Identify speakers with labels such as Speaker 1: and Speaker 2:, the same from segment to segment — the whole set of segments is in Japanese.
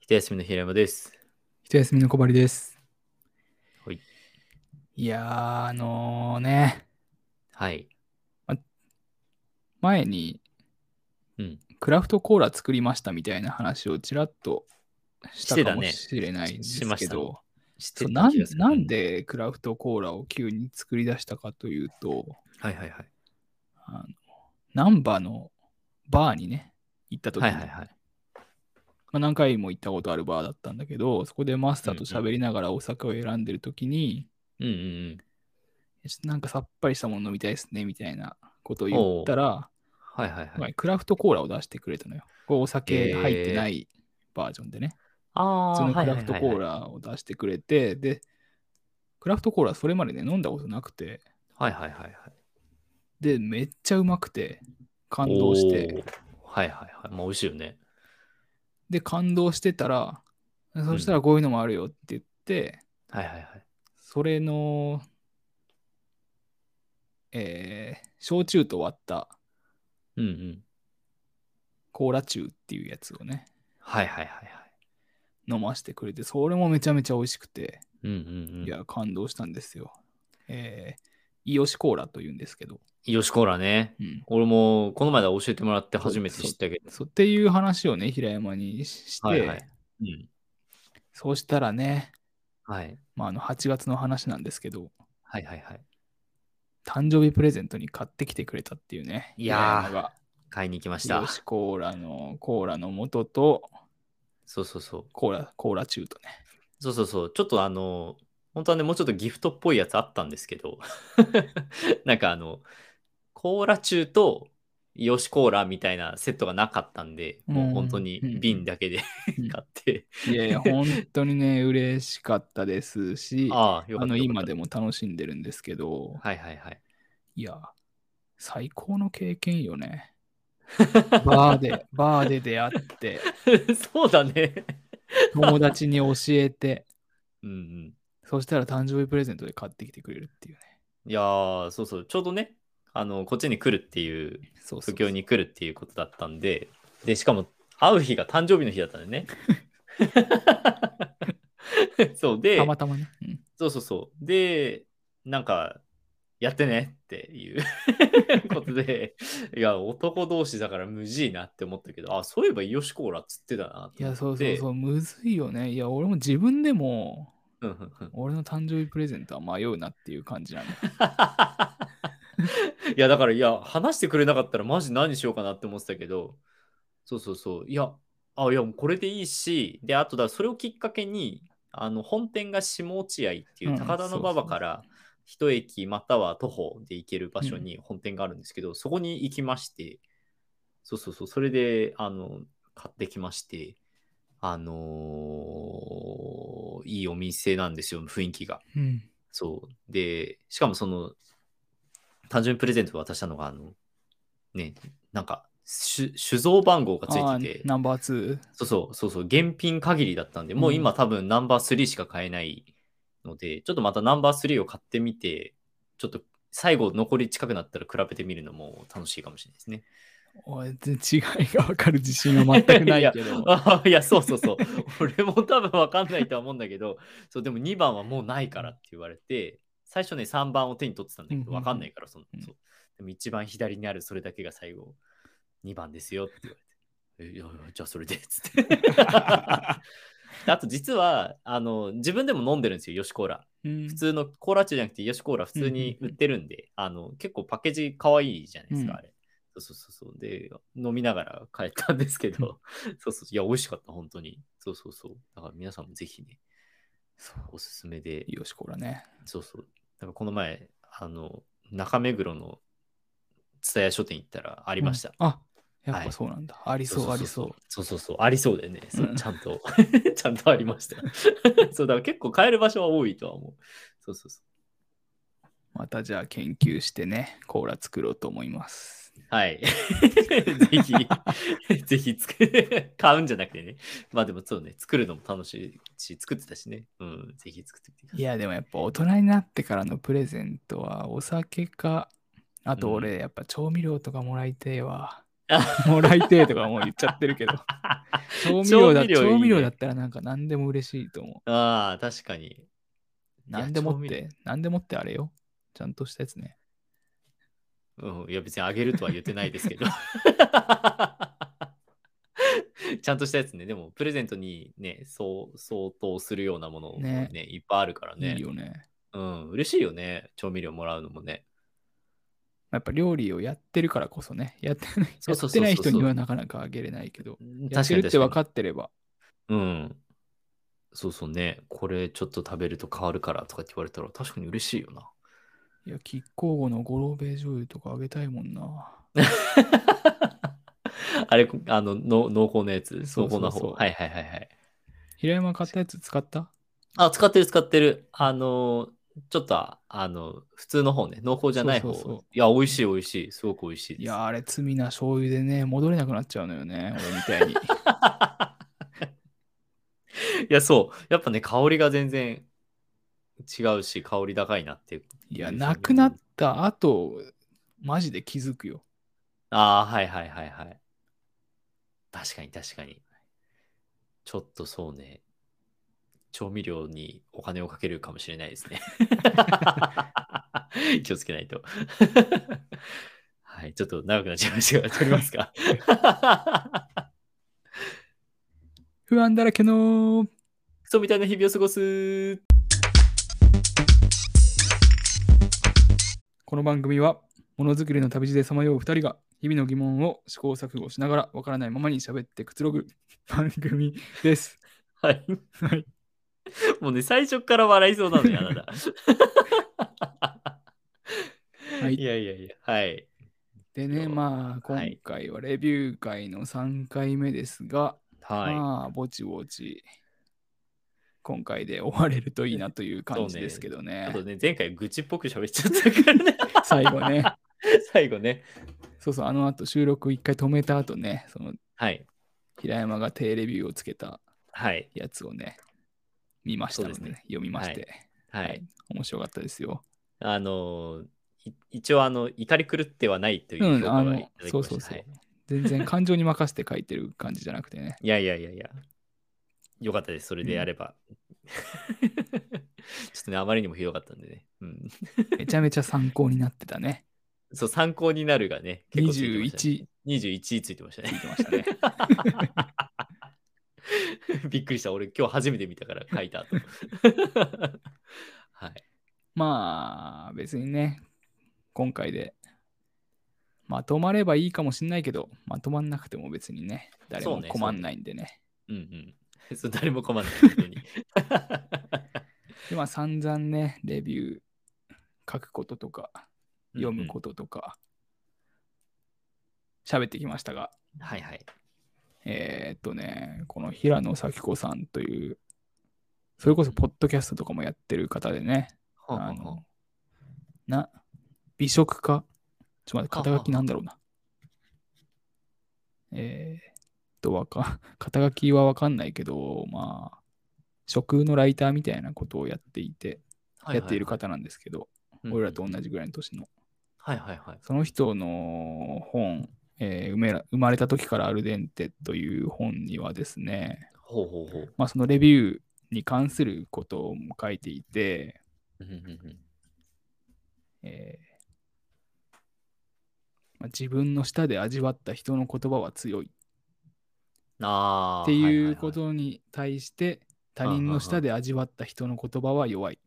Speaker 1: 一休みの平山です。
Speaker 2: 一休みの小針です。
Speaker 1: はい。
Speaker 2: いやー、あのーね、
Speaker 1: はい。
Speaker 2: 前に、
Speaker 1: うん
Speaker 2: クラフトコーラ作りましたみたいな話をちらっとし
Speaker 1: し
Speaker 2: た
Speaker 1: て
Speaker 2: か
Speaker 1: た
Speaker 2: も
Speaker 1: ね
Speaker 2: しれないで
Speaker 1: し
Speaker 2: す
Speaker 1: しま
Speaker 2: け
Speaker 1: したね
Speaker 2: ど、
Speaker 1: 知って
Speaker 2: そう
Speaker 1: た
Speaker 2: なん
Speaker 1: 気がする
Speaker 2: なんでクラフトコーラを急に作り出したかというと、
Speaker 1: はいはいはい。
Speaker 2: あのナンバーのバーにね、行った時に、
Speaker 1: はいはいはい。
Speaker 2: まあ、何回も行ったことあるバーだったんだけど、そこでマスターと喋りながらお酒を選んでる時に、
Speaker 1: うんうんうん。
Speaker 2: ちょっとなんかさっぱりしたもの飲みたいですね、みたいなことを言ったら、
Speaker 1: はいはいはい。
Speaker 2: クラフトコーラを出してくれたのよ。これお酒入ってないバージョンでね。
Speaker 1: あ
Speaker 2: そ
Speaker 1: ー
Speaker 2: のクラフトコー
Speaker 1: はい
Speaker 2: ラを出してくれて、で、クラフトコーラそれまでね、飲んだことなくて、
Speaker 1: はいはいはいはいはいはい。
Speaker 2: で、めっちゃうまくて、感動して、
Speaker 1: おー。はいはいはい。まあ美味しいよね。
Speaker 2: で、感動してたら、そしたらこういうのもあるよって言って、
Speaker 1: はいはいはい。
Speaker 2: それの、えー焼酎と割った
Speaker 1: うんうん。
Speaker 2: コーラチューっていうやつをね、
Speaker 1: はいはいはいはい。
Speaker 2: 飲ませてくれて、それもめちゃめちゃ美味しくて、
Speaker 1: うんうんうん。
Speaker 2: いや、感動したんですよ。えー、イオシコーラというんですけど、
Speaker 1: よしコーラね。
Speaker 2: うん。
Speaker 1: 俺もこの前で教えてもらって初めて知ったけど。
Speaker 2: そうっていう話をね、平山にしして、
Speaker 1: はいはい。うん。
Speaker 2: そうしたらね、
Speaker 1: はい。
Speaker 2: まあ、あの8月の話なんですけど、
Speaker 1: はいはいはい。
Speaker 2: 誕生日プレゼントに買ってきてくれたっていうね、
Speaker 1: いやー
Speaker 2: 平山が
Speaker 1: 買いに行きまし
Speaker 2: イ
Speaker 1: た
Speaker 2: オ。シコーラのコーラの元と、
Speaker 1: そうそうそう。
Speaker 2: コーラ、コーラチューとね。
Speaker 1: そうそうそう。ちょっとあの、本当はね、もうちょっとギフトっぽいやつあったんですけど、 なんかあの、コーラ中とヨシコーラみたいなセットがなかったんで、もう本当に
Speaker 2: うん
Speaker 1: 瓶だけで
Speaker 2: うん
Speaker 1: 買って、
Speaker 2: いやいや、本当にね、嬉しかったですし、あ
Speaker 1: ああ、よかった。
Speaker 2: の、
Speaker 1: よかった
Speaker 2: 今でも楽しんでるんですけど、
Speaker 1: はいはいはい。
Speaker 2: いや、最高の経験よ ね。バーで、バーで出会って、
Speaker 1: そうだね。
Speaker 2: 友達に教えて、
Speaker 1: うんうん。
Speaker 2: そしたら誕生日プレゼントで買ってきてくれるっていうね。
Speaker 1: いやー、そうそう。ちょうどね、あの、こっちに来るっていう、
Speaker 2: そうそ
Speaker 1: 東
Speaker 2: う
Speaker 1: 京に来るっていうことだったんで、で、しかも会う日が誕生日の日だったんで ね。そうで、
Speaker 2: たまたまね。うん
Speaker 1: そうそうそう。で、なんか、やってねっていう ことで、いや、男同士だから無事いなって思ったけど、あ、そういえばイヨシコーラっつってたなと
Speaker 2: い
Speaker 1: 思
Speaker 2: や、
Speaker 1: って。
Speaker 2: そうそうそう、むずいよね。いや、俺も自分でも、
Speaker 1: うんうんうん
Speaker 2: 俺の誕生日プレゼントは迷うなっていう感じなんだ。
Speaker 1: いや、だから、いや、話してくれなかったらマジ何しようかなって思ってたけど、そうそうそう。いや、あ、いや、もうこれでいいし、で、あとだ、それをきっかけに、あの、本店が下落合っていう高田
Speaker 2: うんそうそう
Speaker 1: の馬場から、一駅または徒歩で行ける場所に本店があるんですけど、そこに行きまして、そうそうそう、それで、あの、買ってきまして、あのーいいお店なんですよ、雰囲気が。
Speaker 2: うん。
Speaker 1: そう。で、しかもその、単純にプレゼントを渡したのが、あの、ね、なんか、酒酒造番号がつ
Speaker 2: あ
Speaker 1: い
Speaker 2: あ
Speaker 1: てて、
Speaker 2: ナンバー
Speaker 1: そうそう、そうそう、現品限りだったんで、もう今多分ナンバー3しか買えないので、ちょっとまたナンバー3を買ってみて、ちょっと最後残り近くなったら比べてみるのも楽しいかもしれないですね。
Speaker 2: 2。おい全然違いが分かる自信は全くないけど。
Speaker 1: あいや、そうそう そう。俺も多分わかんないとは思うんだけど、そう、でも2番はもうないからって言われて、最初ね、3番を手に取ってたんだけ
Speaker 2: うんうん
Speaker 1: ど、
Speaker 2: うん
Speaker 1: わかんないから、その、
Speaker 2: うん
Speaker 1: そう。でも一番左にあるそれだけが最後、2番ですよって言われて、えいや、いやじゃあそれで、つって。 あと実は、あの、自分でも飲んでるんですよ、ヨシコーラ。
Speaker 2: うん
Speaker 1: 普通のコーラチュじゃなくて、ヨシコーラ普通に売ってるんで、あの、結構パッケージ可愛いじゃないですか、
Speaker 2: うん
Speaker 1: あれ。そうそうそうそう。で、飲みながら帰ったんですけど、 そうそう。いや、美味しかった、本当に。そうそうそう。だから皆さんもぜひね、おすすめで、
Speaker 2: よし、こらね。
Speaker 1: そうそう。だからこの前、あの、中目黒の蔦屋書店行ったらありました。
Speaker 2: うんあやっ
Speaker 1: は
Speaker 2: ぱ
Speaker 1: い
Speaker 2: そうなんだ。ありそう、ありそう。
Speaker 1: そうそうそう、ありそうだよね。そう
Speaker 2: うん
Speaker 1: ちゃんと、 ちゃんとありま した。そうだから結構買える場所は多いとは思う。そうそうそ
Speaker 2: またじゃあ研究してね、コーラ作ろうと思います。
Speaker 1: う。 はい。ぜひ、ぜひ作る、買うんじゃなくてね。まあでもそうね、作るのも楽しいし、作ってたしね。うん、ぜひ作ってみてください。
Speaker 2: いや、でもやっぱ大人になってからのプレ ゼントはお酒か、あと俺やっぱ調味料とかもらいてえわ。もらいてえとかもう言っちゃってるけど。調味料
Speaker 1: 調味料い
Speaker 2: だ
Speaker 1: いね
Speaker 2: 調味料だったらなんか何でも嬉しいと思う。
Speaker 1: ああ、確かに。や
Speaker 2: 何でもっ
Speaker 1: 調味料
Speaker 2: て、何でもってあれよ。ちゃんとしたやつね。
Speaker 1: うん、いや、別にあげるとは言ってないですけど。 ちゃんとしたやつね。でも、プレゼントにね、そう、相当するようなものね、いっぱいあるからね。
Speaker 2: いいよね。
Speaker 1: うん、嬉しいよね。調味料もらうのもね。
Speaker 2: やっぱ料理をやってるからこそね。やってない
Speaker 1: そうそうそうそう
Speaker 2: やってない人にはなかなかあげれないけど。
Speaker 1: 確かに
Speaker 2: やってるって分
Speaker 1: 確
Speaker 2: か
Speaker 1: か
Speaker 2: ってれば。
Speaker 1: に。うん。そうそうね。これちょっと食べると変わるからとかって言われたら、確かに嬉しいよな。
Speaker 2: いや、キッコーゴのゴロベ醤油とかあげたいもんな。
Speaker 1: あれ、あのの、濃厚なやつ。
Speaker 2: そ
Speaker 1: 濃
Speaker 2: うそ
Speaker 1: 厚
Speaker 2: うそう
Speaker 1: な方。はいはいはいはい。
Speaker 2: 平山買ったやつ使った
Speaker 1: あ、使ってる使ってる。あのー、ちょっと、あの、普通の方ね。濃厚じゃない方。
Speaker 2: そうそうそう
Speaker 1: いや、美味しい美味しい。すごく美味しいです。
Speaker 2: いや、あれ罪な醤油でね、戻れなくなっちゃうのよね。俺みたい に。
Speaker 1: いや、そう。やっぱね、香りが全然違うし、香り高いなっていう。
Speaker 2: いや、なくなった後、マジで気づくよ。
Speaker 1: ああ、はいはいはいはい。確かに確かに。ちょっとそうね。調味料にお金をかけるかもしれないですね。 気をつけないと。はい、ちょっと長くなっちゃいましたが、取りますか。
Speaker 2: 不安だらけの
Speaker 1: クソみたいな日々を過ごす。
Speaker 2: この番組は、ものづくりの旅路でさまよう2人が、日々の疑問を試行錯誤しながら、わからないままに喋ってくつろぐ 番組です。
Speaker 1: はい。
Speaker 2: はい
Speaker 1: もうね、最初から笑いそうなのよ、あなた。
Speaker 2: はい
Speaker 1: いやいやいや、はい。
Speaker 2: でね、まあ、
Speaker 1: は
Speaker 2: 今
Speaker 1: い
Speaker 2: 回はレビュー会の3回目ですが、
Speaker 1: は
Speaker 2: まあ、ぼちぼち、今回で終われるといいなという感じですけど
Speaker 1: い。
Speaker 2: ね。
Speaker 1: あとね、前回愚痴っぽく喋っちゃったからね。
Speaker 2: 最後ね、
Speaker 1: 最後ね。
Speaker 2: そうそう、あの後収録1回止めた後ね、その
Speaker 1: はい。
Speaker 2: 平山が低レビューをつけた
Speaker 1: はい。
Speaker 2: やつをね、見ましたので,、
Speaker 1: そうです
Speaker 2: 読みまして、
Speaker 1: はい。
Speaker 2: はい面白かったですよ。
Speaker 1: あのーい一応、あの、怒り狂ってはないといううん評価
Speaker 2: あ
Speaker 1: は
Speaker 2: の
Speaker 1: いただき
Speaker 2: そう
Speaker 1: ました。
Speaker 2: そうそう
Speaker 1: はい
Speaker 2: 全然感情に任せて書いてる感じじゃなくてね。
Speaker 1: いやいやいやいや。よかったです。それでやれば。 ちょっとね、あまりにもひどかったんでね。うん。
Speaker 2: めちゃめちゃ参考になってたね。
Speaker 1: そう、参考になるがね。結構ついてましたね
Speaker 2: 21
Speaker 1: 21ついてました
Speaker 2: つ
Speaker 1: ね。
Speaker 2: いてましたね。
Speaker 1: びっくりした。俺、今日初めて見たから書いた後。 はい。
Speaker 2: まあ別にね、今回でまとまればいいかもしんないけど、まとまんなくても別にね、誰
Speaker 1: そう
Speaker 2: も
Speaker 1: ね
Speaker 2: 困んないんでね。
Speaker 1: うんうん。そう誰も困んない。本当に。
Speaker 2: でまあ散々ね、レビュー書くこととか、読むこととか、喋ってきましたが、
Speaker 1: と。はいはい。
Speaker 2: えーっとね、この平野咲子さんという、それこそポッドキャストとかもやってる方でね、
Speaker 1: ほうほ
Speaker 2: あ
Speaker 1: うほう
Speaker 2: の、な、美食家、ちょっと待って、肩書きなんだろうな。えーっと、わか、 肩書きはわかんないけど、まあ、食のライターみたいなことをやっていて、
Speaker 1: は
Speaker 2: や
Speaker 1: は
Speaker 2: っている。方なんですけど、
Speaker 1: うん
Speaker 2: 俺らと同じぐらいの年の。
Speaker 1: はいはいはい。
Speaker 2: その人の本、えー生めら生まれた時からアルデンテという本にはですね、
Speaker 1: ほうほうほう。
Speaker 2: まあ、そのレビューに関することも書いていて、
Speaker 1: うんうんうん
Speaker 2: えーまあ、自分の舌で味わった人の言葉は強い
Speaker 1: ああ。
Speaker 2: っていうこ
Speaker 1: は
Speaker 2: とに対して他
Speaker 1: いはい
Speaker 2: 人の舌で味わった人の言葉は弱い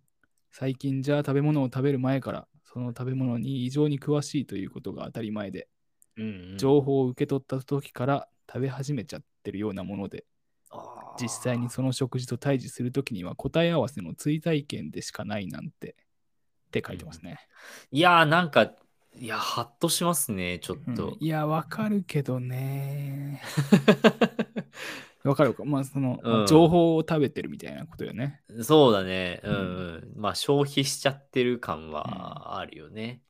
Speaker 2: 最近じゃあ食べ物を食べる前からその食べ物に異常に詳しいということが当たり前で
Speaker 1: いはいはい。うんうん
Speaker 2: 情報を受け取った時から食べ始めちゃってるようなもので
Speaker 1: あー
Speaker 2: 実際にその食事と対峙する時には答え合わせの追体験でしかないなんてって書いてますね、
Speaker 1: いやー、なんか、いや、はっとしますね、ちょっと。
Speaker 2: うんいやわかるけどね わかるかまあその、
Speaker 1: うん
Speaker 2: 情報を食べてるみたいなことよね
Speaker 1: そうだね。うん、うん。まあ、消費しちゃってる感はあるよね。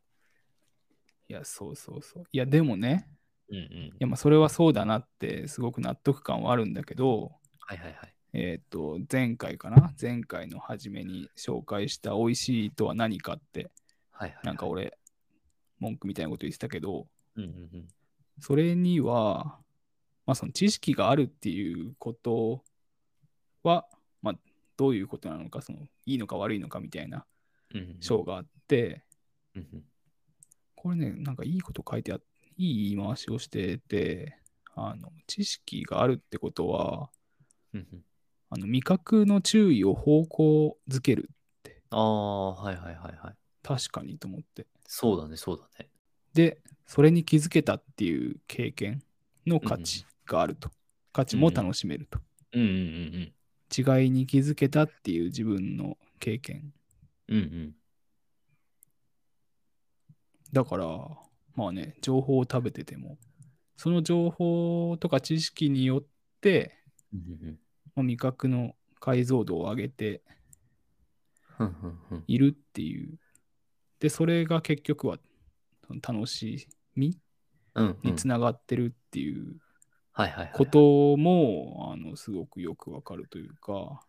Speaker 2: いやそうそうそういやでもね
Speaker 1: うんうん
Speaker 2: い。やまあそれはそうだなってすごく納得感はあるんだけど
Speaker 1: はいはいはい。
Speaker 2: えっ、と前回かな前回の初めに紹介した美味しいとは何かって
Speaker 1: はいはいはい、
Speaker 2: なんか俺文句みたいなこと言ってたけど
Speaker 1: うんうんうん。
Speaker 2: それには、まあ、その知識があるっていうことは、まあ、どういうことなのか、そのいいのか悪いのかみたいな
Speaker 1: うん。
Speaker 2: 章があって、
Speaker 1: うんうん。
Speaker 2: これね、なんかいいこと書いてあいい言い回しをしてて、あの知識があるってことは、
Speaker 1: うんうん。
Speaker 2: あの味覚の注意を方向づける、
Speaker 1: ああ、はいはいはいはい。
Speaker 2: 確かにと思って。
Speaker 1: そうだね、そうだね。
Speaker 2: で、それに気づけたっていう経験の価値があると。価値も楽しめると。
Speaker 1: うんうん
Speaker 2: 違いに気づけたっていう自分の経験。
Speaker 1: うんうん。うん
Speaker 2: だから、まあね、情報を食べてても、その情報とか知識によって、
Speaker 1: うん。うんうんうん
Speaker 2: まあ味覚の解像度を上げて
Speaker 1: ふんふんふん。
Speaker 2: いるっていう。で、それが結局はその楽しみ
Speaker 1: うんうん
Speaker 2: につながってるっていう
Speaker 1: はいはいはい。
Speaker 2: ことも、あのすごくよくわかるというか、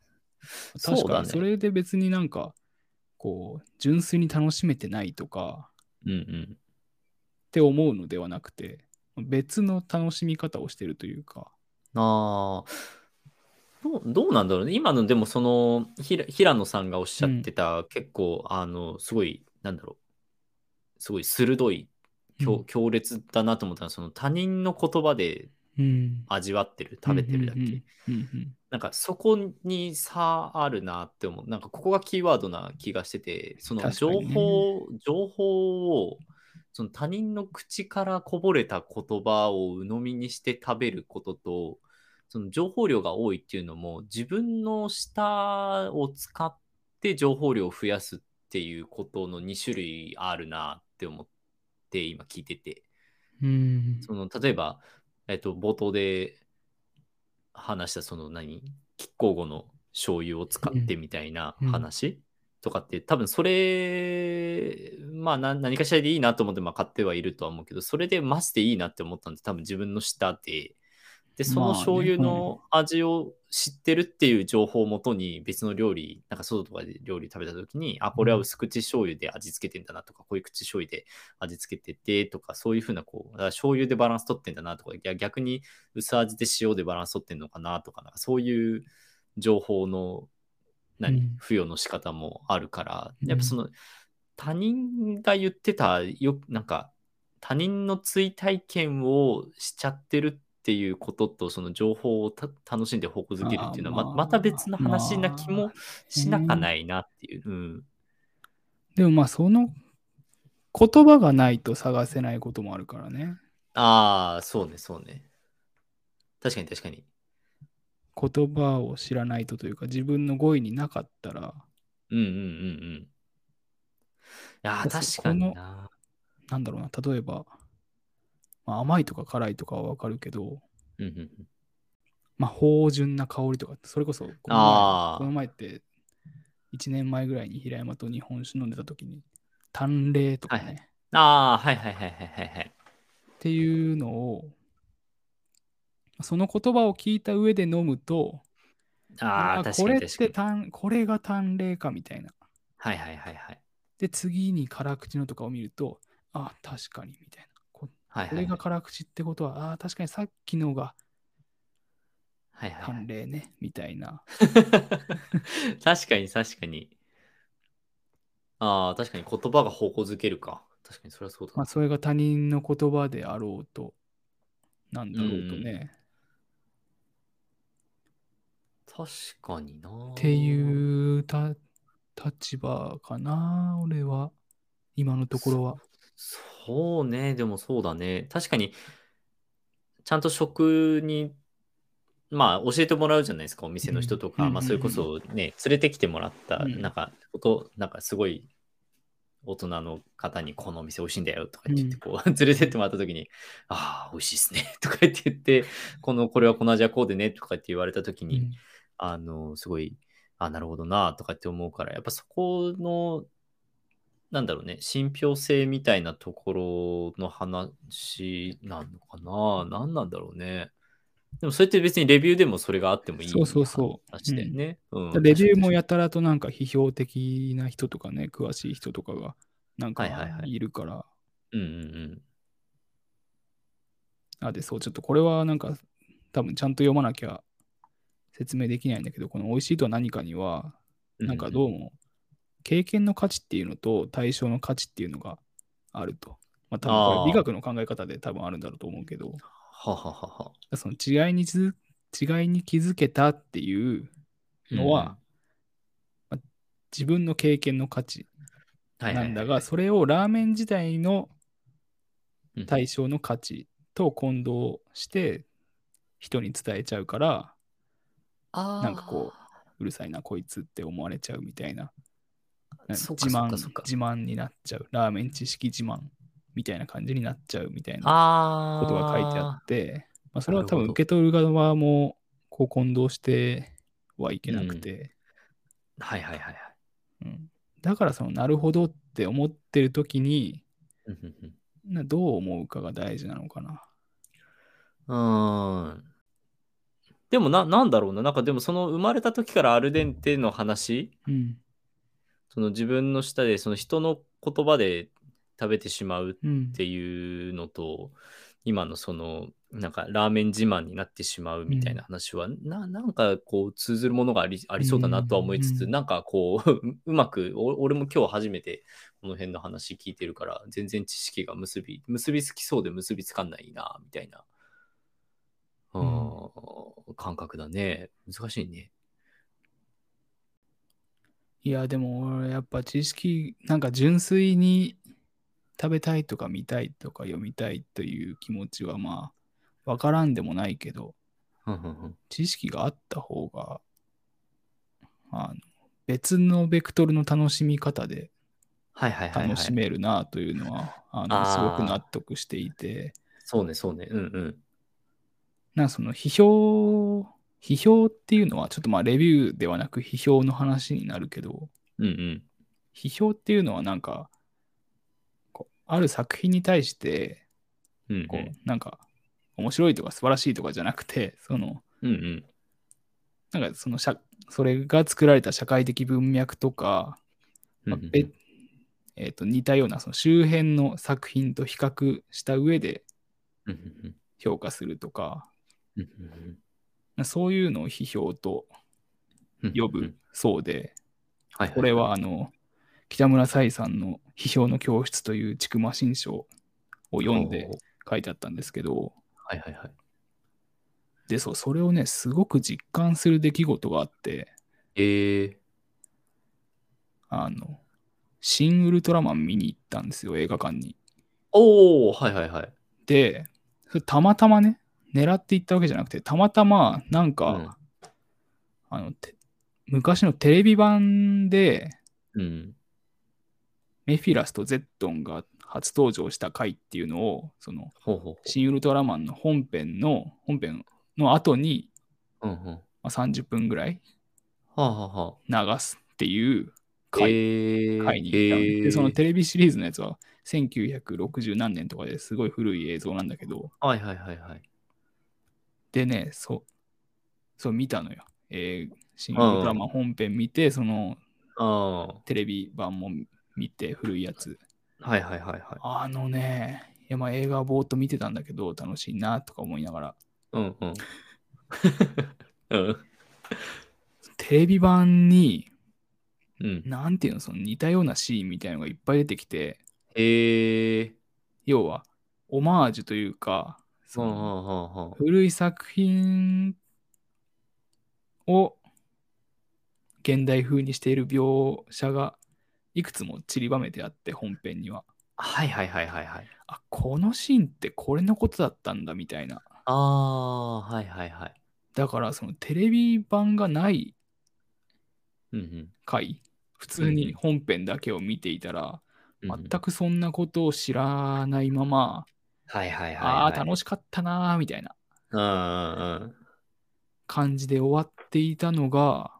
Speaker 1: そうだね
Speaker 2: 確かにそれで別になんか、こう、純粋に楽しめてないとか
Speaker 1: うんうん。
Speaker 2: って思うのではなくて、別の楽しみ方をしてるというか、
Speaker 1: ああ。どうどうなんだろうね。今のでもそのひら平野さんがおっしゃってた、結構あのすごいなんだろうすごい鋭い強強烈だなと思ったのはその他人の言葉で
Speaker 2: うん、
Speaker 1: 味わってる食べてるだけ、
Speaker 2: うんうんうん
Speaker 1: なんかそこに差あるなって思うなんかここがキーワードな気がしててその
Speaker 2: 確か
Speaker 1: 情
Speaker 2: にね
Speaker 1: 報、情報をその他人の口からこぼれた言葉を鵜呑みにして食べることとその情報量が多いっていうのも自分の舌を使って情報量を増やすっていうことの2種類あるなって思って今聞いてて。
Speaker 2: うんうん
Speaker 1: その例えば、えっと、冒頭で話したその何亀甲後の醤油を使ってみたいな
Speaker 2: うんうん
Speaker 1: 話とかって、多分それまあな何かしらでいいなと思って、まあ、買ってはいるとは思うけどそれでマジでいいなって思ったんで多分自分の舌ででそ
Speaker 2: まあ
Speaker 1: の
Speaker 2: ね
Speaker 1: 醤油の味を知ってるっていう情報をもとに別の料理なんか外とかで料理食べた時にあこれは薄口醤油で味付けてんだなとか濃い口醤油で味付けててとかそういうふうなこうだから醤油でバランス取ってんだなとか逆逆に薄味で塩でバランス取ってんのかなとかなんかそういう情報の何、
Speaker 2: うん
Speaker 1: 付与の仕方もあるから
Speaker 2: うん
Speaker 1: やっぱその他人が言ってたよなんか他人の追体験をしちゃってるっていうこととその情報をた楽しんで方向づけるっていうのは
Speaker 2: あーま
Speaker 1: ま
Speaker 2: あ
Speaker 1: また別の話な気
Speaker 2: ま
Speaker 1: もしなかないなっていう。うん
Speaker 2: でもまあその言葉がないと探せないこともあるからね
Speaker 1: ああ、そうね、そうね。確かに確かに。
Speaker 2: 言葉を知らないとというか自分の語彙になかったら
Speaker 1: うんうんうんうん。いやー、
Speaker 2: だって
Speaker 1: 確かにな。
Speaker 2: なんだろうな例えば、まあ、甘いとか辛いとかはわかるけど、
Speaker 1: うんうんうん
Speaker 2: まあ、芳醇な香りとかそれこそこの
Speaker 1: あー
Speaker 2: 前この前って1年前ぐらいに平山と日本酒飲んでた時に淡麗とかね、
Speaker 1: はいああ、はいはいはいはいはいはい。
Speaker 2: っていうのをその言葉を聞いた上で飲むと
Speaker 1: ああ、確
Speaker 2: こ
Speaker 1: か
Speaker 2: れっ
Speaker 1: に確か
Speaker 2: て
Speaker 1: に。
Speaker 2: 淡これが淡麗かみたいな
Speaker 1: はいはいはいはい。
Speaker 2: で、次に辛口のとかを見ると、あ、確かに、みたいな。こ
Speaker 1: はい
Speaker 2: こ
Speaker 1: はい
Speaker 2: れが辛口ってことは、あ、確かにさっきのが
Speaker 1: はいはいは
Speaker 2: 判
Speaker 1: い。
Speaker 2: 例ね、みたいな。
Speaker 1: 確かに確かに。ああ、確かに言葉が方向づけるか。確かにそれはそうだ
Speaker 2: ま
Speaker 1: な
Speaker 2: あ、。それが他人の言葉であろうと、なんだろうとね、
Speaker 1: 確かにな。っ
Speaker 2: っていうた立場かな、俺は。今のところは。
Speaker 1: そうね、でもそうだね。確かに、ちゃんと食に、まあ、教えてもらうじゃないですか、お店の人と
Speaker 2: うん
Speaker 1: か、
Speaker 2: うん
Speaker 1: まあ、それこそね、連れてきてもらった、
Speaker 2: うん
Speaker 1: なんか、こと、なんか、すごい、大人の方に、このお店美味しいんだよとか言って、こう、 連れてってもらった時に、ああ、美味しいですね、とか言って言って、この、これはこの味はこうでね、とかって言われた時に、
Speaker 2: うん
Speaker 1: あの、すごい、あ、なるほどな、とかって思うから、やっぱそこの、なんだろうね、信憑性みたいなところの話なのかな、何なんだろうね。でも、それって別にレビューでもそれがあってもいい
Speaker 2: そうそうそう
Speaker 1: 話だよね。うん
Speaker 2: レビューもやたらとなんか批評的な人とかね、詳しい人とかがなんか
Speaker 1: はいはいはい
Speaker 2: いるから、
Speaker 1: うんうんうん。
Speaker 2: あ、で、そう、ちょっとこれはなんか、多分ちゃんと読まなきゃ説明できないんだけど、この美味しいとは何かには、なんかどうも、経験の価値っていうのと対象の価値っていうのがあると。まあ、多分こ
Speaker 1: あー
Speaker 2: れ美学の考え方で多分あるんだろうと思うけど、
Speaker 1: はははは。
Speaker 2: その違いに気づ違いに気づけたっていうのは、まあ自分の経験の価値
Speaker 1: うん、
Speaker 2: なんだ
Speaker 1: が、
Speaker 2: が、それをラーメン自体の
Speaker 1: うん
Speaker 2: 対象の価値と混同して人に伝えちゃうから、なんかこうるさいなこいつって思われちゃうみたいななん
Speaker 1: そう
Speaker 2: 自
Speaker 1: かそう
Speaker 2: 慢
Speaker 1: かそうか
Speaker 2: 自慢になっちゃうラーメン知識自慢みたいな感じになっちゃうみたいな
Speaker 1: あー
Speaker 2: ことが書いてあってまあ、それは多
Speaker 1: なるほ
Speaker 2: 分
Speaker 1: ど
Speaker 2: 受け取る側もこう混同してはいけなくて、
Speaker 1: はいはいはいはい。
Speaker 2: うんだからそのなるほどって思ってる時に
Speaker 1: うんうんうん
Speaker 2: などう思うかが大事なのかな
Speaker 1: うーん。でもな、なんだろうな。なんかでもその生まれた時からアルデンテの話、
Speaker 2: うん
Speaker 1: その自分の舌で、その人の言葉で食べてしまう
Speaker 2: うん
Speaker 1: っていうのと、今のその、なんかラーメン自慢になってしまうみたいな話は、ななんかこう通ずるものがありありそうだなとは思いつつ、
Speaker 2: うん
Speaker 1: なんかこう、 ううまくお、俺も今日初めてこの辺の話聞いてるから、全然知識が結び、結びつきそうで結びつかんないな、みたいな、うーん、感覚だね。難しいね。
Speaker 2: いや、でも俺やっぱ知識、なんか純粋に食べたいとか見たいとか読みたいという気持ちはまあ、わからんでもないけど、
Speaker 1: うんうんうん
Speaker 2: 知識があった方が、あの別のベクトルの楽しみ方で
Speaker 1: はいはいはい、はい。
Speaker 2: 楽しめるなというのは、
Speaker 1: あー
Speaker 2: あのすごく納得していて、
Speaker 1: そうね、そうね。うんうん。
Speaker 2: なんかその批評、批評っていうのはちょっとまあレビューではなく批評の話になるけど、
Speaker 1: うんうん。
Speaker 2: 批評っていうのはなんかこうある作品に対して
Speaker 1: うんうん
Speaker 2: こうなんか面白いとか素晴らしいとかじゃなくてその
Speaker 1: うんうん。
Speaker 2: なんかその社それが作られた社会的文脈とか、まあ
Speaker 1: うんうんうん
Speaker 2: べえーと似たようなその周辺の作品と比較した上で
Speaker 1: うんうん
Speaker 2: 評価するとか
Speaker 1: うんうん
Speaker 2: そういうのを批評と
Speaker 1: うん
Speaker 2: 呼ぶ。そうで
Speaker 1: はいはい
Speaker 2: これはあの北村沙衣さんの「批評の教室」という千曲新書を読んで
Speaker 1: おー
Speaker 2: 書いてあったんですけど
Speaker 1: はいはいはい。
Speaker 2: で、そう、それをね、すごく実感する出来事があって、
Speaker 1: ええ
Speaker 2: あの、新ウルトラマン見に行ったんですよ、映画館に。
Speaker 1: おおはいはいはい。
Speaker 2: で、それたまたまね、狙って行ったわけじゃなくて、たまたま、なんか、あの、て昔のテレビ版で、
Speaker 1: うん。うん。
Speaker 2: メフィラスとゼットンが初登場した回っていうのを、その、
Speaker 1: ほうほうほ
Speaker 2: 新ウルトラマンの本編の、本編の後に、
Speaker 1: う。うんうん。は
Speaker 2: まあ、30分ぐらい
Speaker 1: あ、はあは
Speaker 2: 流すっていう
Speaker 1: あ、
Speaker 2: 回
Speaker 1: ええ
Speaker 2: 回に行ったのね
Speaker 1: え
Speaker 2: でその
Speaker 1: 手
Speaker 2: テレビシリーズのやつは1960何年とかですごい古い映像なんだけど
Speaker 1: はいはいはいはい。
Speaker 2: でねそうそう見たのよ、えー、新ウルトラマン本編見てその
Speaker 1: ああ。は
Speaker 2: テレビ版も見て古いや
Speaker 1: い
Speaker 2: つ
Speaker 1: はいはいはい。
Speaker 2: あのねいやまあ映画はぼーっと見てたんだけど楽しいなとか思いながら
Speaker 1: うん うん。うん。
Speaker 2: テレビ版に
Speaker 1: うん。
Speaker 2: なんていうのその似たようなシーンみたいのがいっぱい出てきて
Speaker 1: ええ
Speaker 2: 要はオマージュというかそ
Speaker 1: はあ
Speaker 2: の、
Speaker 1: はあはあはあ。
Speaker 2: 古い作品を現代風にしている描写がいくつも散りばめてあって本編には
Speaker 1: はいはいはいはいはい。
Speaker 2: あこのシーンってこれのことだったんだみたいな
Speaker 1: ああ、はいはいはい。
Speaker 2: だからそのテレビ版がない
Speaker 1: うんうん。
Speaker 2: 回普通に本編だけを見ていたら、
Speaker 1: うんうん
Speaker 2: 全くそんなことを知らないまま、
Speaker 1: はいはいはい、はい。
Speaker 2: ああー楽
Speaker 1: し
Speaker 2: しかったなーみたいな
Speaker 1: うんうんうん。
Speaker 2: 感じで終わっていたのが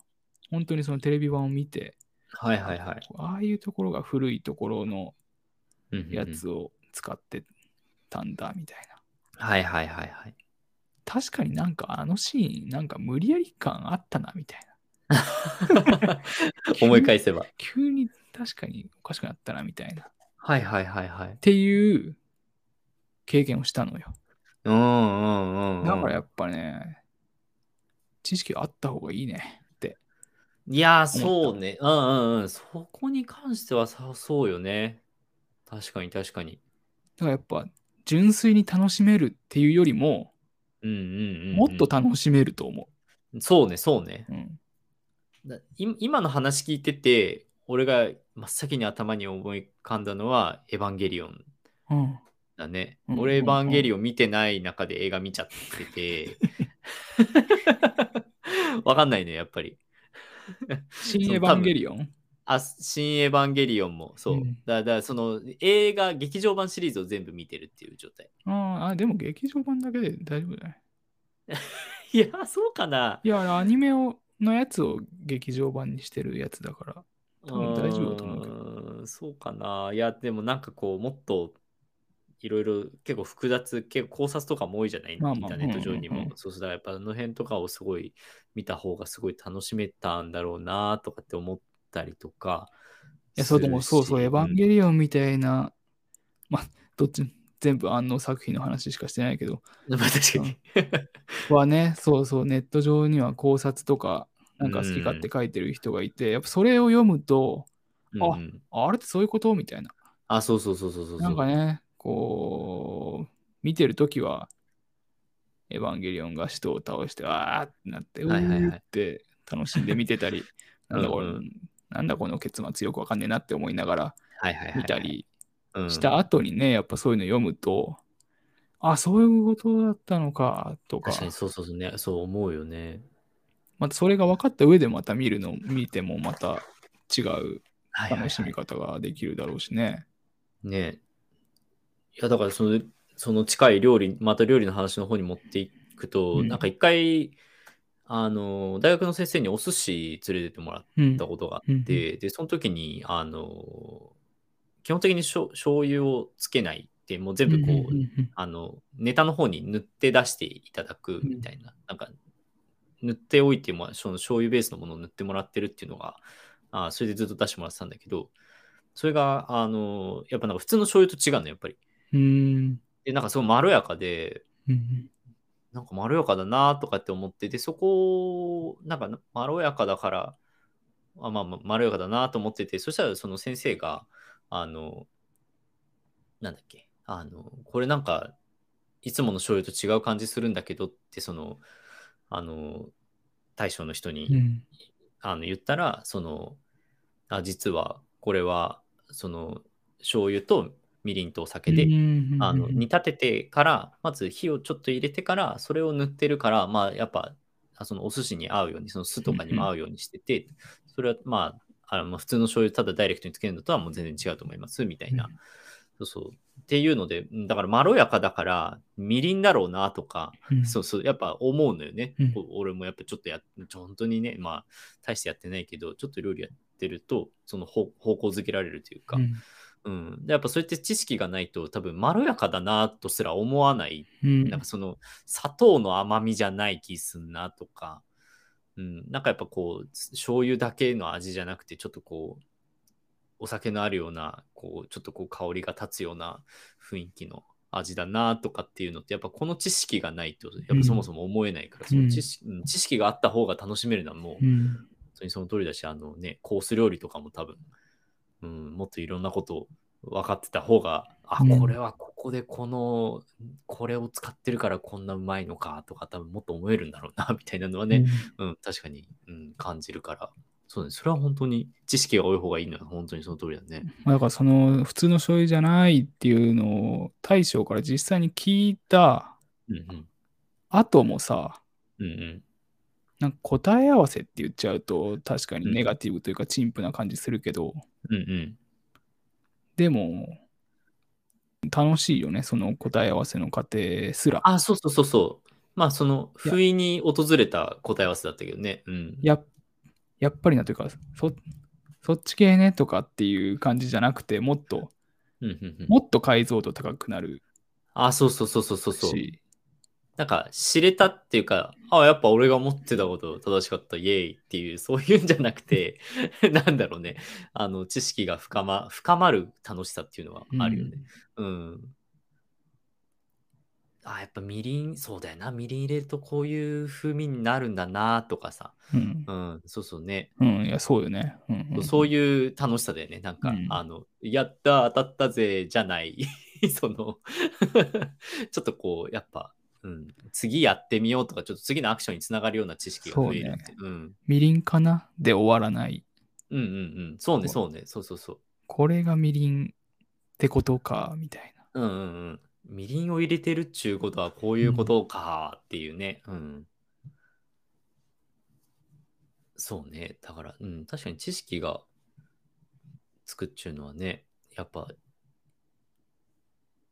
Speaker 2: 本当にそのテレビ版を見て
Speaker 1: はいはいはい。
Speaker 2: ああいうところが古いところの
Speaker 1: うんうんうん
Speaker 2: やつを使ってたんだみたいな。
Speaker 1: はいはいはいはい。
Speaker 2: 確かになんかあのシーン、なんか無理やり感あったなみたいな。
Speaker 1: 思い返せば。
Speaker 2: 急に確かにおかしくなったなみたいな。っ
Speaker 1: はいはいはいはい。
Speaker 2: ていう経験をしたのよ。
Speaker 1: うんうんうんうん。
Speaker 2: だからやっぱね、知識があった方がいいねって。
Speaker 1: いやー、
Speaker 2: 思っ
Speaker 1: そ
Speaker 2: た
Speaker 1: うね。うんうんうん。そこに関してはさ、そうよね。確かに確かに。
Speaker 2: だからやっぱ、純粋に楽しめるっていうよりも、
Speaker 1: うんうんうん、うん。
Speaker 2: もっと楽しめると思
Speaker 1: そうね、そうね。
Speaker 2: う。うん。
Speaker 1: だい今の話聞いてて、俺が真っ先に頭に思い浮かんだのは、エヴァンゲリオン
Speaker 2: うん。
Speaker 1: だね。
Speaker 2: うん
Speaker 1: 俺、エヴァンゲリオン見てない中で映画見ちゃって て。わかんないね、やっぱり。
Speaker 2: 新エヴァンゲリオン
Speaker 1: あ、新エヴァンゲリオンも、そう。
Speaker 2: うん
Speaker 1: だだから、その映画、劇場版シリーズを全部見てるっていう状態。
Speaker 2: ああ、でも劇場版だけで大丈夫だね。
Speaker 1: いや、そうかな。
Speaker 2: いや、あれアニメをのやつを劇場版にしてるやつだから。多分大丈夫だと思うけ
Speaker 1: うーんそうかな。いや、でもなんかこう、もっといろいろ結構複雑、結構考察とかも多いじゃない、
Speaker 2: まあまあ
Speaker 1: インターネット上にも。
Speaker 2: うんうんうん
Speaker 1: そうそうだ、やっぱあの辺とかをすごい見た方がすごい楽しめたんだろうなとかって思ったりとか。
Speaker 2: いや、そうでもそうそう、エヴァンゲ
Speaker 1: リ
Speaker 2: リオンみたいな、まあ、どっちも全部安納作品の話しかしてないけど、
Speaker 1: オ ン。まあ確かに。
Speaker 2: はね、そうそう、ネット上には考察とか、なんか好き勝手書いてる人がいて、やっぱそれを読むと、
Speaker 1: うんうん
Speaker 2: ああれってそういうことみたいな。
Speaker 1: あ、そうそうそうそうそうそう。
Speaker 2: なんかね、こう、見てるときは、エヴァンゲリオンが人を倒して、わーってなって、う
Speaker 1: はいはいはいう
Speaker 2: ーって楽しんで見て たり、なんだこれ
Speaker 1: うんうん
Speaker 2: なんだこの結末よくわかんねえなって思いながら
Speaker 1: はいはいはいはい
Speaker 2: 見たり
Speaker 1: うん
Speaker 2: した後にね、やっぱそういうの読むと、あ、そういうことだったのか、とか
Speaker 1: 確、かにそうそうそうね。そう思うよね。
Speaker 2: またそれが分かった上でまた見るの、見てもまた違う
Speaker 1: はいはいはい
Speaker 2: 楽しみ方ができるだろうしね。
Speaker 1: ねえ。いや、だからその、その近い料理、また料理の話の方に持っていくと、
Speaker 2: うん
Speaker 1: なんか一回、あの、大学の先生にお寿司連れてってもらっ
Speaker 2: うん
Speaker 1: た。ことがあって、で、その時に、あの、基本的にしょ醤油をつけないって、もう全部こう、
Speaker 2: んんん
Speaker 1: あの、ネタの方に塗って出していただくみたいな、なんか、塗っておいても、その醤油ベースのものを塗ってもらってるっていうのが、あそれでずっと出してもらってたんだけど、それが、あの、やっぱなんか普通の醤油と違うの、やっぱり。
Speaker 2: うんうん
Speaker 1: で、なんかすごいまろやかで、
Speaker 2: うんうん
Speaker 1: なんかまろやかだなとかって思って、で、そこを、なんかまろやかだから、あまあ、まあまろやかだなと思ってて、そしたらその先生が、あの、なんだっけ、あの、これなんか、いつもの醤油と違う感じするんだけどって、その、あの、大将の人に
Speaker 2: うん
Speaker 1: あの言ったら、その、あ実はこれは、その、醤油とみりんとお酒で、あの煮立ててから、まず火をちょっと入れてから、それを塗ってるから、まあ、やっぱ、あそのお寿司に合うように、その酢とかにも合うようにしてて、それはまあ、あのまあ普通の醤油ただダイレクトにつけるのとはもう全然違うと思います、みたいな。そうそう。っていうので、うんだからまろやかだから、みりんだろうなとか、そうそう、やっぱ思うのよね。
Speaker 2: うん
Speaker 1: こう俺もやっぱちょっとやっ、本当にね、まあ、大してやってないけど、ちょっと料理やってると、その方方向づけられるというか、
Speaker 2: うん
Speaker 1: うん、でやっぱそうやって知識がないと多分まろやかだなとすら思わない、
Speaker 2: うん
Speaker 1: なんかその砂糖の甘みじゃない気すんなとか、うん、なんかやっぱこう醤油だけの味じゃなくてちょっとこうお酒のあるようなこうちょっとこう香りが立つような雰囲気の味だなとかっていうのってやっぱこの知識がないとやっぱそもそも思えないから、
Speaker 2: ん
Speaker 1: その知識うん知識があった方が楽しめるのはもう
Speaker 2: うん
Speaker 1: 本当にその通りだし、あのね、コース料理とかも多分、うん、もっといろんなこと分かってた方が、あ、
Speaker 2: うん
Speaker 1: これはここでこの、これを使ってるからこんなうまいのかとか、多分もっと思えるんだろうな、 みたいなのはね、うん、確かに、うん、感じるから、そうね、それは本当に知識が多い方がいいのは本当にその通りだね。
Speaker 2: まあだからその普通の醤油じゃないっていうのを大将から実際に聞いた
Speaker 1: うんうん。
Speaker 2: 後もさ
Speaker 1: うんうん。
Speaker 2: なんか答え合わせって言っちゃうと確か
Speaker 1: う
Speaker 2: に
Speaker 1: ん
Speaker 2: ネガティブというか陳腐な感じするけど、
Speaker 1: うんうん。
Speaker 2: でも楽しいよねその答え合わせの過程すら
Speaker 1: あ、そうそうそうそう。まあ、その、不意に訪れた答え合わせだったけどね。うん。
Speaker 2: ややっぱりなというかそそっち系ねとかっていう感じじゃなくてもっと
Speaker 1: うんうんうん、
Speaker 2: もっと解像度高くなる
Speaker 1: あ、そうそうそうそうそうそう。
Speaker 2: し
Speaker 1: なんか知れたっていうか、あやっぱ俺が思ってたこと正しかった、イエーイっていう、そういうんじゃなくて、 なんだろうね、あの、知識が深ま、深まる楽しさっていうのはあるよね。うん。あ、やっぱみりん、そうだよな、みりん入れるとこういう風味になるんだなとかさ、
Speaker 2: うん
Speaker 1: う。ん、そうそうね、
Speaker 2: うん、いや、そうよね。うんうん、
Speaker 1: そう
Speaker 2: い
Speaker 1: いう楽しさだよね、なんか、
Speaker 2: うん
Speaker 1: あの、やった、当たったぜ、じゃない、 その、ちょっとこう、やっぱ、うん、次やってみようとか、ちょっと次のアクションにつながるような知識が増えるって、うん、
Speaker 2: みりんかなで終わらない。
Speaker 1: うんうんうん、そうね、そうね、そうそうそう。
Speaker 2: これがみりんってことか、みたいな。
Speaker 1: うんうんうん。みりんを入れてるっちゅうことはこういうことかっていうね。うん。そうね。だから、うん、確かに知識がつくっちゅうのはね、やっぱ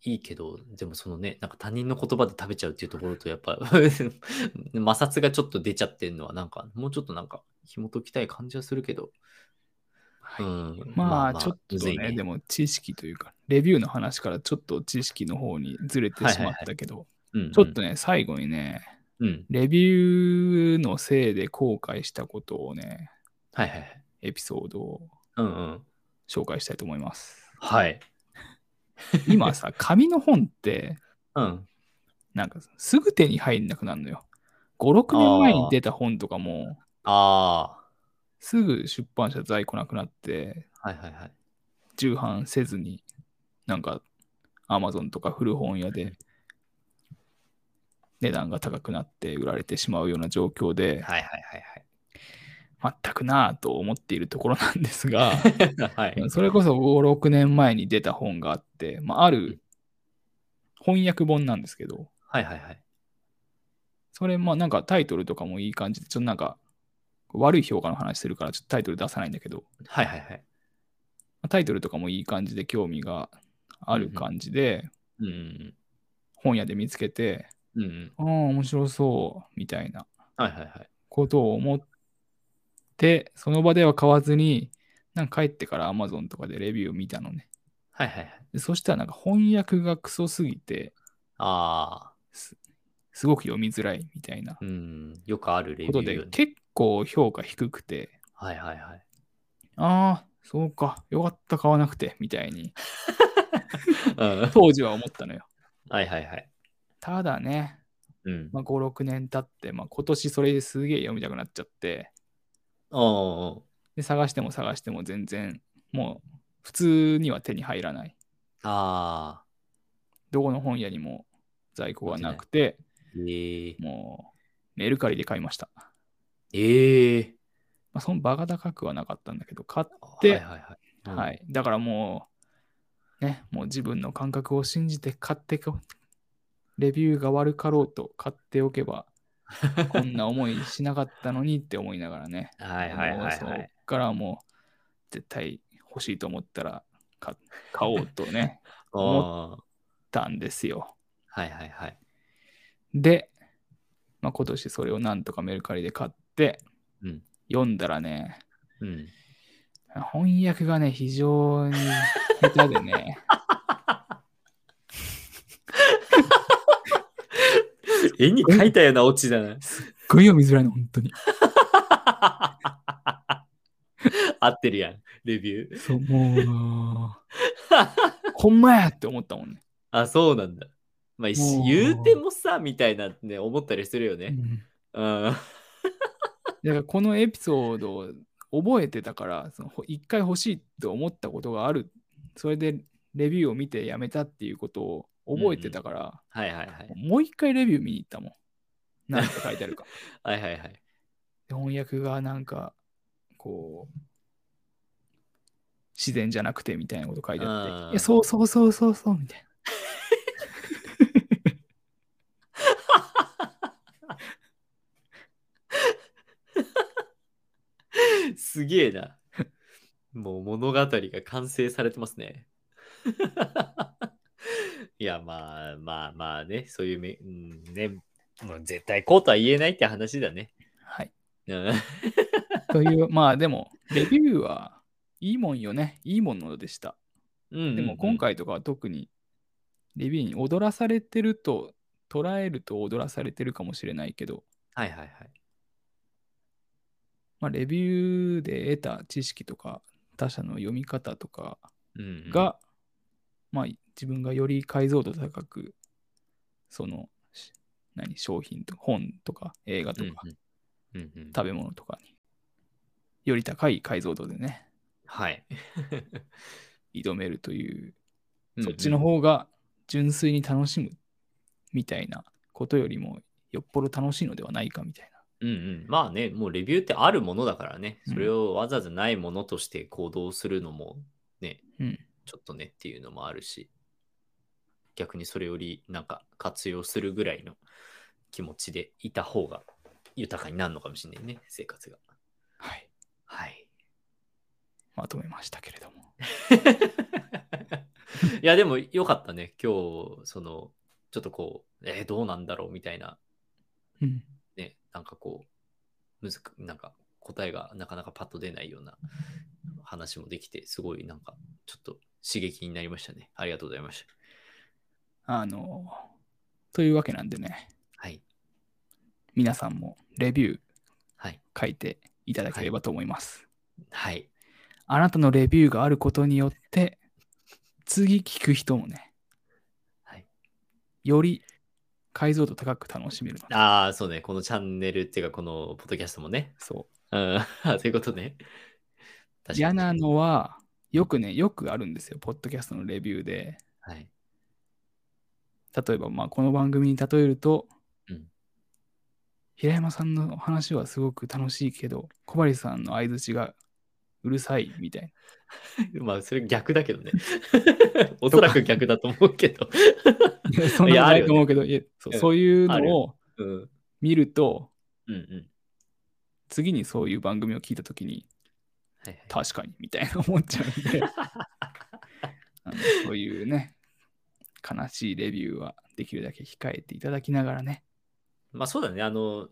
Speaker 1: いいけど、でもそのね、なんか他人の言葉で食べちゃうっていうところと、やっぱ 摩擦がちょっと出ちゃってるのは、なんかもうちょっとなんか紐解きたい感じはするけど。
Speaker 2: はい
Speaker 1: うん
Speaker 2: まあ、ちょっと
Speaker 1: むず
Speaker 2: ね
Speaker 1: い
Speaker 2: でも知識というか、レビューの話からちょっと知識の方にずれてしまったけど、
Speaker 1: うんうん
Speaker 2: ちょっとね、最後にね、
Speaker 1: うん。
Speaker 2: レビューのせいで後悔したことをね、
Speaker 1: はいはいはい。
Speaker 2: エピソードを
Speaker 1: うんうん。
Speaker 2: 紹介したいと思います。
Speaker 1: はい。
Speaker 2: 今 さ、紙の本って、
Speaker 1: うん。
Speaker 2: なんかすぐ手に入んなくなるのよ。5、6年前に出た本とかも、
Speaker 1: あ
Speaker 2: すぐ出版社在庫なくなって、
Speaker 1: あ。はいはいはい。
Speaker 2: 重版せずに、なんか、アマゾンとか古本屋で、値段が高くなって売られてしまうような状況で、
Speaker 1: はいはいは
Speaker 2: 全くなぁと思っているところなんですが、
Speaker 1: いはい。 はい。
Speaker 2: それこそ5、6年前に出た本があって、まあ、ある翻訳本なんですけど、
Speaker 1: はいはいはい。
Speaker 2: それ、まあなんかタイトルとかもいい感じで、ちょっとなんか悪い評価の話するから、ちょっとタイトル出さないんだけど、
Speaker 1: はいはいはい。
Speaker 2: まあタイトルとかもいい感じで興味がある感じで、
Speaker 1: うん
Speaker 2: 本屋で見つけて、
Speaker 1: うんうん。うんうん。
Speaker 2: ああ、面白そう、みたいな
Speaker 1: はいはいはい。
Speaker 2: ことを思って、その場では買わずに、なんか帰ってから Amazon とかでレビューを見たのね。
Speaker 1: はいはいはい。
Speaker 2: でそしたらなんか翻訳がクソすぎて、
Speaker 1: ああ。
Speaker 2: すごく読みづらいみたいな
Speaker 1: うん。よくあるレビ
Speaker 2: こ
Speaker 1: ュ
Speaker 2: と
Speaker 1: ー
Speaker 2: で
Speaker 1: よ、ね。
Speaker 2: 結構評価低くて、
Speaker 1: はいはいはい。
Speaker 2: ああ、そうか、よかった、買わなくて、みたいに、
Speaker 1: うん。
Speaker 2: 当時は思ったのよ。
Speaker 1: はいはいはい。
Speaker 2: ただね、
Speaker 1: うん。
Speaker 2: まあ、5、6年経って、まあ、今年それですげえ読みたくなっちゃって、
Speaker 1: おー
Speaker 2: で探しても探しても全然、もう普通には手に入らない。
Speaker 1: ああ。
Speaker 2: どこの本屋にも在庫がなくて、
Speaker 1: ええ
Speaker 2: もうメルカリで買いました。
Speaker 1: ええ
Speaker 2: まあ、その場が高くはなかったんだけど、買っ
Speaker 1: はい
Speaker 2: で
Speaker 1: はいはい。うん
Speaker 2: はい。だからもう、ね、もう自分の感覚を信じて買ってこ、レビューが悪かろうと買ってお けば、こんな思いしなかったのにって思いながらね。
Speaker 1: はいはいはい
Speaker 2: もうそ
Speaker 1: は
Speaker 2: っ
Speaker 1: い。
Speaker 2: からはもう、絶対欲しいと思ったら買買おうと ね、
Speaker 1: おおー。
Speaker 2: たんですよ。
Speaker 1: はいはいはい。
Speaker 2: で、まあ、今年それをなんとかメルカリで買って、
Speaker 1: うん
Speaker 2: 読んだらね、
Speaker 1: うん。
Speaker 2: 翻訳がね、非常に下手で ね。
Speaker 1: 絵に描いたようなオチじゃない。
Speaker 2: すっごい読みづらいの、本当に。
Speaker 1: 合ってるやん、レビュー。
Speaker 2: そう、もう、ほんまやって思ったもんね。
Speaker 1: あ、そうなんだ。まあ、一
Speaker 2: もう
Speaker 1: 言うてもさ、みたいなね、思ったりするよ
Speaker 2: う
Speaker 1: ね。
Speaker 2: ん
Speaker 1: うん。
Speaker 2: だからこのエピソードを覚えてたから、そのほ一回欲しいって思ったことがある。それでレビューを見てやめたっていうことを覚えてたから、
Speaker 1: はいはいはい。
Speaker 2: もう一回レビュー見に行ったもん。なんて書いてあるか。
Speaker 1: はいはいはい。
Speaker 2: で翻訳がなんか、こう、自然じゃなくてみたいなこと書いてあっ
Speaker 1: あー
Speaker 2: て、いやそうそうそうそうそうみたいな。
Speaker 1: すげえな。 もう物語が完成されてますね。 いや、まあまあまあね、そういうめ、うん、ね、もう絶対こうとは言えないって話だね。
Speaker 2: はい。
Speaker 1: うん。
Speaker 2: という、まあでも、レビューはいいもんよね。いいものでした。
Speaker 1: うん
Speaker 2: でも今、回とかは特に、レビューに踊らされてると、捉えると踊らされてるかもしれないけど、
Speaker 1: はいはいはい。
Speaker 2: まあ、レビューで得た知識とか、他者の読み方とか
Speaker 1: うんうん、
Speaker 2: が、まあ自分がより解像度高く、その、し何、商品とか、本とか、映画と
Speaker 1: うん
Speaker 2: か、
Speaker 1: うんうんうん
Speaker 2: 食べ物とかに、より高い解像度でね、
Speaker 1: はい。
Speaker 2: 挑めるという、
Speaker 1: うん
Speaker 2: そっちの方が純粋に楽しむみたいなことよりも、よっぽど楽しいのではないかみたいな。
Speaker 1: うんうん、まあね、もうレビューってあるものだからね、
Speaker 2: うん
Speaker 1: それをわざわざないものとして行動するのもね、
Speaker 2: うん
Speaker 1: ちょっとねっていうのもあるし、逆にそれよりなんか活用するぐらいの気持ちでいた方が豊かになるのかもしれないね、生活が。
Speaker 2: はい。
Speaker 1: はい。
Speaker 2: まとめましたけれども。
Speaker 1: いや、でもよかったね、今日、その、ちょっとこう、えーどうなんだろうみたいな
Speaker 2: うん。
Speaker 1: ね、なんかこう、むずく、なんか答えがなかなかパッと出ないような話もできて、すごいなんかちょっと刺激になりましたね。ありがとうございました。
Speaker 2: あの、というわけなんでね、
Speaker 1: はい。
Speaker 2: 皆さんもレビュー
Speaker 1: はい。
Speaker 2: 書いていただければと思います。
Speaker 1: はい。
Speaker 2: あなたのレビューがあることによって、次聞く人もね、
Speaker 1: はい、
Speaker 2: より解像度高く楽しめるので、
Speaker 1: ああ、そうね。このチャンネルっていうか、このポッドキャストもね。
Speaker 2: そ
Speaker 1: うん。ということね。
Speaker 2: う。
Speaker 1: 確か
Speaker 2: 嫌
Speaker 1: に。
Speaker 2: なのは、よくね、よくあるんですよ、ポッドキャストのレビューで。
Speaker 1: はい。
Speaker 2: 例えば、まあ、この番組に例えると、
Speaker 1: うん
Speaker 2: 平山さんの話はすごく楽しいけど、小針さんの相槌がうるさいみたいな。
Speaker 1: まあ、それ逆だけどね。 おそらく逆だと思うけど。
Speaker 2: いや、そんなこと
Speaker 1: やあ
Speaker 2: な
Speaker 1: るよ
Speaker 2: い
Speaker 1: ね
Speaker 2: と思うけど、いやそう
Speaker 1: うん
Speaker 2: そういう
Speaker 1: ある
Speaker 2: のを
Speaker 1: うん。うん
Speaker 2: 見ると、
Speaker 1: うん。
Speaker 2: 次にそういう番組を聞いたときに、
Speaker 1: はいはい
Speaker 2: 確かにみたいな思っちゃうん で、あのそういうね、悲しいレビューはできるだけ控えていただきながらね、
Speaker 1: まあ、そうだね。あの、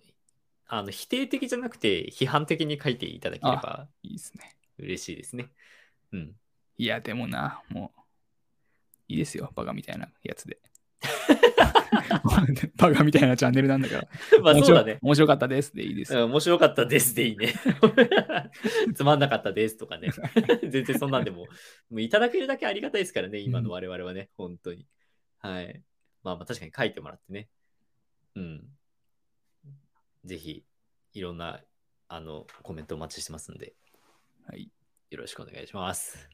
Speaker 1: あの否定的じゃなくて批判的に書いていただければ
Speaker 2: いいですね。
Speaker 1: 嬉しいですね。うん。
Speaker 2: いや、でもな、もう、いいですよ、バカみたいなや つで。バカみたいなチャンネルなんだから、
Speaker 1: まあ
Speaker 2: 面
Speaker 1: そう
Speaker 2: 白
Speaker 1: だね。
Speaker 2: 面白かったですでいいです
Speaker 1: う
Speaker 2: よ。
Speaker 1: ん面白かったですでいいね。 つまんなかったですとかね。 全然そんなんでも、もういただけるだけありがたいですからね、今の我々はね、本当に。はい。まあまあ確かに書いてもらってね。うん。ぜひ、いろんな、あの、コメントお待ちしてますんで、
Speaker 2: はい、
Speaker 1: よろしくお願いします。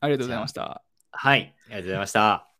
Speaker 2: ありがとうございました。
Speaker 1: はい。ありがとうございました。